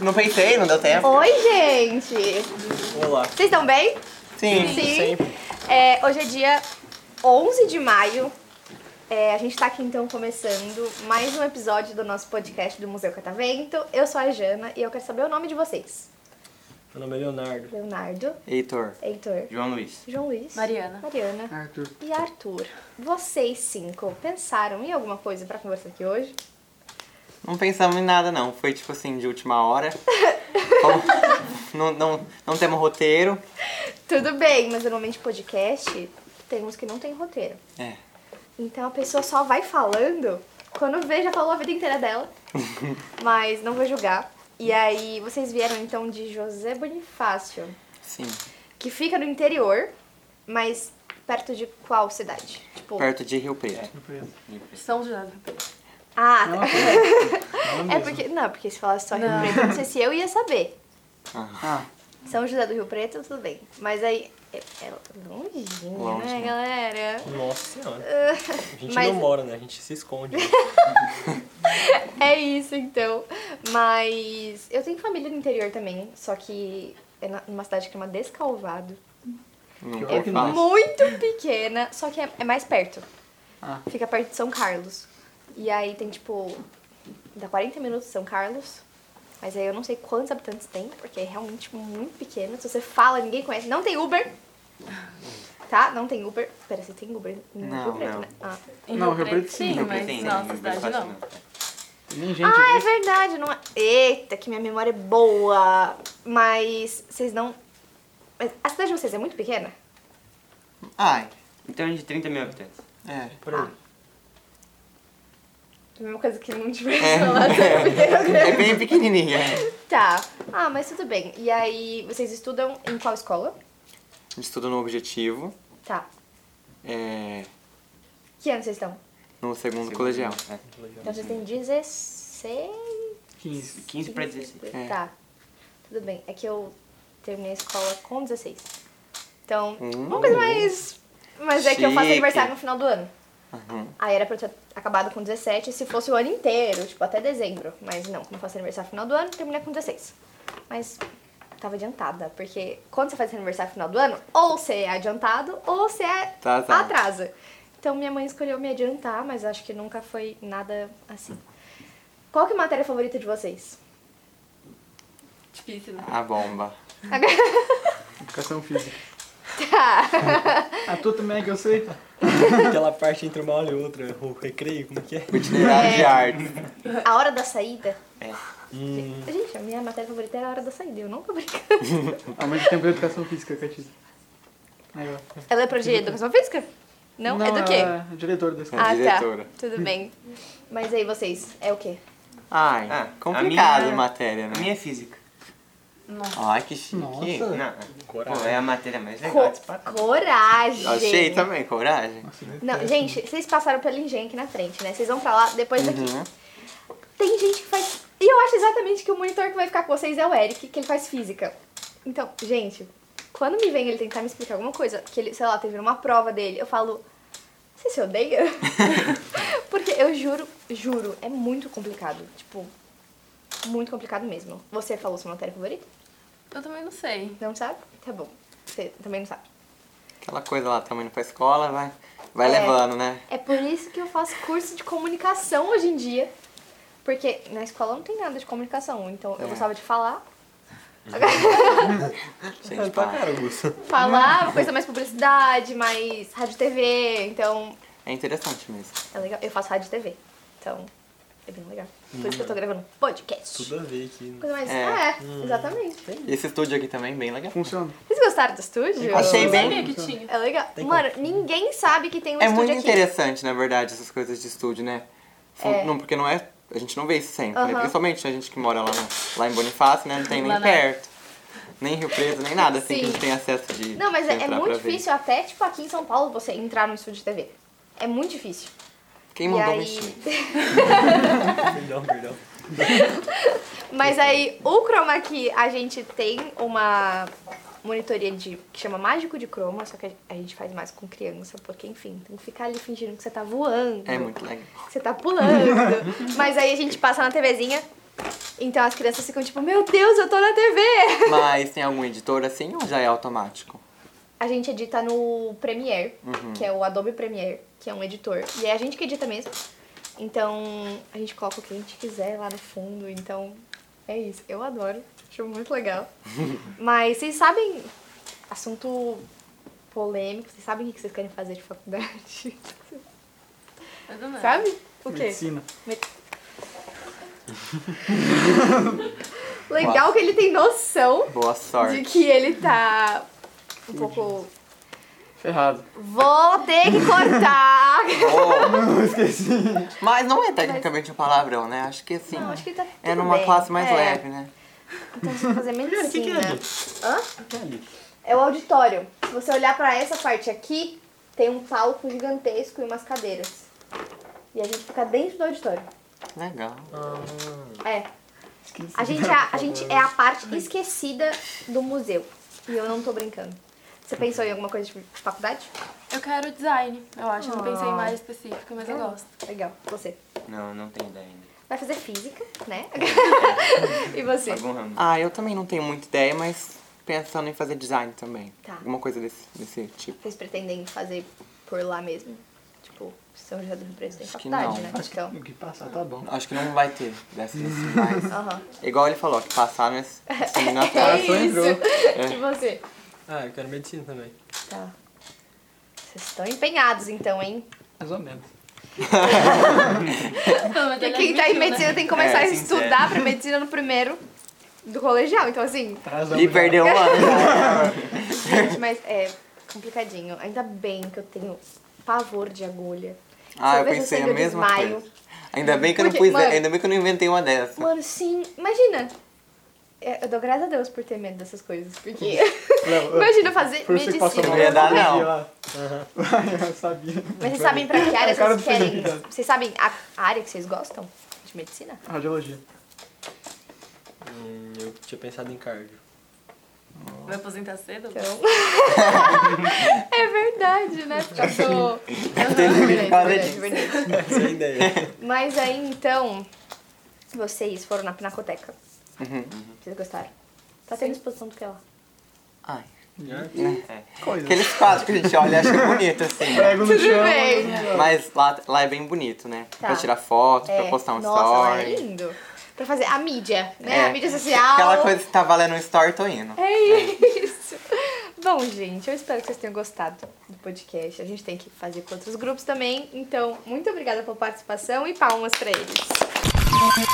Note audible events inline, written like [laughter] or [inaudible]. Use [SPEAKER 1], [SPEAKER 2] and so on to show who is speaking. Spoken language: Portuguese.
[SPEAKER 1] Não pensei, não deu tempo.
[SPEAKER 2] Oi, gente!
[SPEAKER 1] Olá.
[SPEAKER 2] Vocês estão bem?
[SPEAKER 1] Sim, sempre.
[SPEAKER 2] É, hoje é dia 11 de maio. É, a gente tá aqui então começando mais um episódio do nosso podcast do Museu Catavento. Eu sou a Jana e eu quero saber o nome de vocês.
[SPEAKER 3] Meu nome é Leonardo.
[SPEAKER 2] Leonardo,
[SPEAKER 1] Heitor.
[SPEAKER 2] Heitor,
[SPEAKER 1] João Luiz.
[SPEAKER 2] João Luiz,
[SPEAKER 4] Mariana.
[SPEAKER 2] Mariana
[SPEAKER 5] Arthur.
[SPEAKER 2] e Arthur. Vocês cinco pensaram em alguma coisa pra conversar aqui hoje?
[SPEAKER 1] Não pensamos em nada, não. Foi tipo assim, de última
[SPEAKER 4] [laughs]
[SPEAKER 1] hora. Como- não, não, não temos roteiro.
[SPEAKER 2] Tudo bem, mas normalmente podcast tem uns que não tem roteiro.
[SPEAKER 1] É.
[SPEAKER 2] Então a pessoa só vai falando quando vê, já falou a vida
[SPEAKER 1] [laughs]
[SPEAKER 2] inteira dela. Mas não vou julgar. E aí, vocês vieram então de José Bonifácio,
[SPEAKER 1] Sim.
[SPEAKER 2] que fica no interior, mas perto de qual cidade? Tipo.
[SPEAKER 1] Perto de Rio Preto.
[SPEAKER 5] É.
[SPEAKER 4] São José. do Rio Preto.
[SPEAKER 2] Ah,
[SPEAKER 5] Não,
[SPEAKER 2] tá. [laughs] é porque. Não, porque se falasse só Rio
[SPEAKER 4] Não.
[SPEAKER 2] Preto, eu não sei se eu ia saber.
[SPEAKER 5] Ah,
[SPEAKER 2] São José do Rio Preto, tudo bem. Mas aí. É, é longinho,
[SPEAKER 1] Longe,
[SPEAKER 2] né,
[SPEAKER 1] né?
[SPEAKER 2] galera?
[SPEAKER 3] Nossa senhora.
[SPEAKER 1] [laughs]
[SPEAKER 3] A gente
[SPEAKER 2] Mas-
[SPEAKER 3] não mora, né? A gente
[SPEAKER 2] [laughs]
[SPEAKER 3] se esconde.
[SPEAKER 2] É isso, então. Mas eu tenho família no interior também, só que é na- numa cidade que chama Descalvado.
[SPEAKER 1] Não
[SPEAKER 5] Que
[SPEAKER 1] vou
[SPEAKER 5] horror.
[SPEAKER 1] falar.
[SPEAKER 2] Muito pequena, só que é, é mais perto.
[SPEAKER 5] Ah.
[SPEAKER 2] Fica perto de São Carlos. E aí tem, tipo, dá 40 minutos de São Carlos. Mas aí eu não sei quantos habitantes tem, porque é realmente muito pequeno. Se você fala, ninguém conhece. Não tem Uber. Tá? Não tem Uber. Pera, você tem Uber? no
[SPEAKER 1] Não,
[SPEAKER 2] Rio Preto,
[SPEAKER 1] não.
[SPEAKER 2] né? Ah.
[SPEAKER 4] Em
[SPEAKER 5] Não, Rio Preto né? sim,
[SPEAKER 4] sim,
[SPEAKER 5] Rio
[SPEAKER 4] mas
[SPEAKER 1] Sim,
[SPEAKER 4] nossa
[SPEAKER 1] não
[SPEAKER 4] cidade
[SPEAKER 1] fácil,
[SPEAKER 4] não.
[SPEAKER 5] nem gente.
[SPEAKER 2] Ah, é
[SPEAKER 5] viu?
[SPEAKER 2] verdade. Não é... Eita, que minha memória é boa. Mas vocês não. Mas a cidade de vocês é muito pequena?
[SPEAKER 1] Ai,
[SPEAKER 6] Então de 30 mil habitantes.
[SPEAKER 1] é.
[SPEAKER 3] Por aí.
[SPEAKER 2] A mesma coisa que não tivesse
[SPEAKER 1] É. [laughs]
[SPEAKER 2] falado sobre o Rio
[SPEAKER 1] É
[SPEAKER 2] Grande.
[SPEAKER 1] bem pequenininha.
[SPEAKER 2] Tá. Ah, mas tudo bem. E aí, vocês estudam em qual escola?
[SPEAKER 1] Estudo no objetivo.
[SPEAKER 2] Tá.
[SPEAKER 1] É,
[SPEAKER 2] Que ano vocês estão?
[SPEAKER 1] no segundo, colegial.
[SPEAKER 6] É.
[SPEAKER 2] Então vocês têm 16.
[SPEAKER 5] 15.
[SPEAKER 6] 15 pra 16.
[SPEAKER 1] É.
[SPEAKER 2] Tá. Tudo bem. É que eu terminei a escola com 16. Então, uma coisa mais. Mas é que eu faço
[SPEAKER 1] Hum. Chique.
[SPEAKER 2] aniversário no final do ano.
[SPEAKER 1] Uhum.
[SPEAKER 2] Aí era pra eu ter acabado com 17 se fosse o ano inteiro, tipo até dezembro. Mas não, como eu faço aniversário no final do ano, terminei com 16. Mas tava adiantada, porque quando você faz aniversário no final do ano, ou você é adiantado, ou você é
[SPEAKER 1] Tá, tá.
[SPEAKER 2] atrasa. Então minha mãe escolheu me adiantar, mas acho que nunca foi nada assim. Qual que é a matéria favorita de [laughs] vocês?
[SPEAKER 4] Difícil, né?
[SPEAKER 1] A bomba.
[SPEAKER 5] Educação física.
[SPEAKER 2] Tá.
[SPEAKER 5] [laughs] A tua também é que eu sei.
[SPEAKER 3] Aquela parte entre uma aula e outra. O recreio, como é que é?
[SPEAKER 1] O itinerário de
[SPEAKER 2] É.
[SPEAKER 1] arte.
[SPEAKER 2] A hora da saída?
[SPEAKER 1] É.
[SPEAKER 3] Hum,
[SPEAKER 2] Gente, a minha matéria favorita era a hora da saída, eu não tô brincando.
[SPEAKER 5] Ao mesmo tempo, educação física, Catiza. Aí, ó.
[SPEAKER 2] Ela é pra de educação física? Não? é do quê?
[SPEAKER 5] ela É diretora da escola.
[SPEAKER 2] Ah,
[SPEAKER 1] diretora.
[SPEAKER 2] tá. Tudo bem. Mas aí vocês, é o quê?
[SPEAKER 1] Ai,
[SPEAKER 6] Ah, a
[SPEAKER 1] complicado
[SPEAKER 6] minha-
[SPEAKER 1] matéria, né?
[SPEAKER 6] A minha é física.
[SPEAKER 4] Nossa.
[SPEAKER 1] Ai, que chique.
[SPEAKER 5] Nossa.
[SPEAKER 6] Não,
[SPEAKER 3] Coragem.
[SPEAKER 6] pô, é a matéria mais legal.
[SPEAKER 2] Co-
[SPEAKER 6] desse papo.
[SPEAKER 2] coragem.
[SPEAKER 1] Achei tá também, coragem.
[SPEAKER 2] Não, gente, vocês passaram pela Engen aqui na frente, né? Vocês vão pra lá depois daqui.
[SPEAKER 1] Uhum.
[SPEAKER 2] Tem gente que faz. E eu acho exatamente que o monitor que vai ficar com vocês é o Eric, que ele faz física. Então, gente, quando me vem ele tentar me explicar alguma coisa, que ele, sei lá, teve uma prova dele, eu falo. Você se
[SPEAKER 1] [laughs]
[SPEAKER 2] odeia? Porque eu juro, juro, é muito complicado. Tipo, muito complicado mesmo. Você falou sua matéria favorita?
[SPEAKER 4] Eu também não sei.
[SPEAKER 2] Não sabe? Tá bom. Você também não sabe.
[SPEAKER 1] Aquela coisa lá, tamo indo pra escola, vai, vai
[SPEAKER 2] É.
[SPEAKER 1] levando, né?
[SPEAKER 2] É por isso que eu faço curso de comunicação hoje em dia. Porque na escola não tem nada de comunicação, então eu
[SPEAKER 1] É.
[SPEAKER 2] gostava de falar.
[SPEAKER 6] É,
[SPEAKER 1] Gente,
[SPEAKER 3] pra
[SPEAKER 1] pá.
[SPEAKER 3] caramba.
[SPEAKER 2] Falar, uma coisa mais publicidade, mais rádio e TV, então
[SPEAKER 1] É interessante mesmo.
[SPEAKER 2] é legal. Eu faço rádio e TV, então é bem legal. Por isso que eu tô gravando podcast.
[SPEAKER 3] Tudo a ver aqui. né?
[SPEAKER 2] Coisa mais.
[SPEAKER 1] Hum. É.
[SPEAKER 2] É, exatamente.
[SPEAKER 1] E esse estúdio aqui também, bem
[SPEAKER 2] Ah. Um
[SPEAKER 1] legal.
[SPEAKER 5] Funciona.
[SPEAKER 2] Vocês gostaram do estúdio?
[SPEAKER 1] Achei
[SPEAKER 4] Eu
[SPEAKER 1] bem-
[SPEAKER 4] sabia que tinha.
[SPEAKER 2] É legal.
[SPEAKER 3] Tem
[SPEAKER 2] Mano, ninguém sabe que tem um
[SPEAKER 1] É
[SPEAKER 2] estúdio
[SPEAKER 1] muito
[SPEAKER 2] aqui.
[SPEAKER 1] interessante, na verdade, essas coisas de estúdio, né? Fun-
[SPEAKER 2] É.
[SPEAKER 1] Não, porque não é. A gente não vê isso sempre, né?
[SPEAKER 2] Aham.
[SPEAKER 1] Principalmente a gente que mora lá, no- lá em Bonifácio, né? Não tem nem
[SPEAKER 4] Lá na-
[SPEAKER 1] perto. Nem Rio Preto, nem nada, assim, que a
[SPEAKER 2] Sim.
[SPEAKER 1] gente tem acesso de.
[SPEAKER 2] Não, mas
[SPEAKER 1] de
[SPEAKER 2] é, é
[SPEAKER 1] entrar
[SPEAKER 2] muito
[SPEAKER 1] pra ver.
[SPEAKER 2] difícil até, tipo, aqui em São Paulo você entrar no estúdio de TV. É muito difícil.
[SPEAKER 1] Quem
[SPEAKER 2] e
[SPEAKER 1] mandou um
[SPEAKER 2] aí...
[SPEAKER 1] mexer?
[SPEAKER 3] Perdão, perdão.
[SPEAKER 1] Uhum.
[SPEAKER 2] Mas aí, o chroma key, a gente tem uma monitoria de que chama mágico de croma, só que a gente faz mais com criança, porque enfim, tem que ficar ali fingindo que você tá voando.
[SPEAKER 1] É muito legal.
[SPEAKER 2] que Você
[SPEAKER 1] [laughs]
[SPEAKER 2] tá pulando. Mas aí a gente passa na TVzinha. Então as crianças ficam tipo, meu Deus, eu tô na TV!
[SPEAKER 1] Mas tem algum editor assim ou já é automático?
[SPEAKER 2] A gente edita no Premiere,
[SPEAKER 1] Uhum.
[SPEAKER 2] que é o Adobe Premiere, que é um editor. E é a gente que edita mesmo. Então, a gente coloca o que a gente quiser lá no fundo. Então, é isso. Eu adoro. Acho
[SPEAKER 1] [laughs]
[SPEAKER 2] muito legal. Mas vocês sabem assunto polêmico, vocês sabem o que vocês querem fazer de faculdade?
[SPEAKER 4] Eu também.
[SPEAKER 2] Sabe? O quê?
[SPEAKER 5] Medicina.
[SPEAKER 2] Legal que ele tem noção
[SPEAKER 1] Boa
[SPEAKER 2] de
[SPEAKER 1] sorte.
[SPEAKER 2] que ele tá um pouco.
[SPEAKER 5] Ferrado.
[SPEAKER 2] Vou ter que cortar!
[SPEAKER 1] [laughs] Oh,
[SPEAKER 5] Esqueci.
[SPEAKER 1] mas não é tecnicamente um palavrão, né? Acho que assim.
[SPEAKER 2] Não, acho que tá.
[SPEAKER 1] é
[SPEAKER 2] tudo
[SPEAKER 1] numa
[SPEAKER 2] bem.
[SPEAKER 1] classe mais
[SPEAKER 2] É.
[SPEAKER 1] leve, né?
[SPEAKER 2] Então você vai fazer medicina.
[SPEAKER 3] O que, que é ali?
[SPEAKER 2] Hã?
[SPEAKER 3] O que é ali?
[SPEAKER 2] É o auditório. Se você olhar pra essa parte aqui, tem um palco gigantesco e umas cadeiras. E a gente fica dentro do auditório.
[SPEAKER 1] Legal.
[SPEAKER 2] É. A gente é, a gente é a parte esquecida do museu. E eu não tô brincando. Você pensou em alguma coisa de faculdade?
[SPEAKER 4] Eu quero design, eu acho. Eu não pensei em mais específica, mas eu
[SPEAKER 2] Ah.
[SPEAKER 4] gosto.
[SPEAKER 2] Legal. Você
[SPEAKER 6] Não, não tenho ideia ainda.
[SPEAKER 2] vai fazer física,
[SPEAKER 6] [laughs]
[SPEAKER 2] né? e você?
[SPEAKER 6] Algum ramo.
[SPEAKER 1] Ah, eu também não tenho muita ideia, mas pensando em fazer design também.
[SPEAKER 2] Tá.
[SPEAKER 1] Alguma coisa desse, desse tipo.
[SPEAKER 2] Vocês pretendem fazer por lá mesmo? Tipo, São José do Rio Preto tem
[SPEAKER 1] Acho que
[SPEAKER 2] faculdade,
[SPEAKER 1] não.
[SPEAKER 2] né?
[SPEAKER 3] Acho que
[SPEAKER 2] Então.
[SPEAKER 3] o que passar tá bom.
[SPEAKER 1] Acho que não vai ter dessas [laughs] mais.
[SPEAKER 2] Aham.
[SPEAKER 1] Igual ele falou, que passaram
[SPEAKER 2] [laughs]
[SPEAKER 1] esse
[SPEAKER 2] É
[SPEAKER 1] eliminatório.
[SPEAKER 2] isso.
[SPEAKER 3] Ah, entrou. É.
[SPEAKER 2] E você?
[SPEAKER 3] Ah, eu quero medicina também.
[SPEAKER 2] Tá. Vocês estão empenhados então, hein?
[SPEAKER 3] Mais ou menos.
[SPEAKER 4] Mas
[SPEAKER 2] Porque
[SPEAKER 4] ele
[SPEAKER 2] quem tá em
[SPEAKER 4] admitiu, né?
[SPEAKER 2] medicina tem que começar a
[SPEAKER 6] É, sincero.
[SPEAKER 2] estudar pra medicina no primeiro do colegial. Então, assim,
[SPEAKER 3] Trazão
[SPEAKER 1] E né? perdeu um
[SPEAKER 2] [laughs]
[SPEAKER 1] ano.
[SPEAKER 2] gente, mas é complicadinho. Ainda bem que eu tenho pavor de agulha.
[SPEAKER 1] Ah, eu
[SPEAKER 2] Toda vez
[SPEAKER 1] pensei
[SPEAKER 2] eu
[SPEAKER 1] a
[SPEAKER 2] sempre
[SPEAKER 1] mesma
[SPEAKER 2] desmaio.
[SPEAKER 1] coisa. Ainda bem que eu não
[SPEAKER 2] Porque,
[SPEAKER 1] pus,
[SPEAKER 2] mano-
[SPEAKER 1] ainda bem que eu não inventei uma dessa. [laughs]
[SPEAKER 2] Mano, sim, imagina. É, Eu dou graças a Deus por ter medo dessas coisas, porque. [laughs] imagina fazer
[SPEAKER 5] Por né? isso
[SPEAKER 2] medicina.
[SPEAKER 5] que passou
[SPEAKER 1] Não ia dar,
[SPEAKER 5] mal.
[SPEAKER 1] não.
[SPEAKER 5] Aham. Eu sabia.
[SPEAKER 2] Mas vocês sabem pra que área
[SPEAKER 5] A cara
[SPEAKER 2] vocês
[SPEAKER 5] do
[SPEAKER 2] querem.
[SPEAKER 5] Felipe.
[SPEAKER 2] Vocês sabem a a área que vocês gostam de
[SPEAKER 5] [laughs]
[SPEAKER 2] medicina?
[SPEAKER 5] Radiologia.
[SPEAKER 3] Hum, eu tinha pensado em [laughs] cardio.
[SPEAKER 4] Vai aposentar cedo?
[SPEAKER 2] Então. [laughs] é verdade, né?
[SPEAKER 5] [laughs]
[SPEAKER 2] Porque eu sou.
[SPEAKER 1] Teve que fazer
[SPEAKER 2] Verdade,
[SPEAKER 1] disso.
[SPEAKER 2] verdade.
[SPEAKER 3] Sem é ideia.
[SPEAKER 2] Mas aí então, vocês foram na Pinacoteca.
[SPEAKER 1] Uhum.
[SPEAKER 2] Vocês gostaram? Tá tendo exposição do que lá?
[SPEAKER 1] Ai.
[SPEAKER 5] Coisa.
[SPEAKER 1] Aqueles quadros que a gente olha e acha bonito, assim. né?
[SPEAKER 5] Prego no chão. né?
[SPEAKER 2] bem.
[SPEAKER 1] Mas lá, lá é bem bonito, né?
[SPEAKER 2] Tá.
[SPEAKER 1] Pra tirar foto,
[SPEAKER 2] É.
[SPEAKER 1] pra postar um
[SPEAKER 2] Nossa, lá é
[SPEAKER 1] story.
[SPEAKER 2] lindo. Pra fazer a mídia, né?
[SPEAKER 1] É.
[SPEAKER 2] A mídia social.
[SPEAKER 1] Aquela coisa que tá valendo um story, tô indo.
[SPEAKER 2] É isso. Bom, gente, eu espero que vocês tenham gostado do podcast. A gente tem que fazer com outros grupos também. Então, muito obrigada pela participação e palmas pra eles.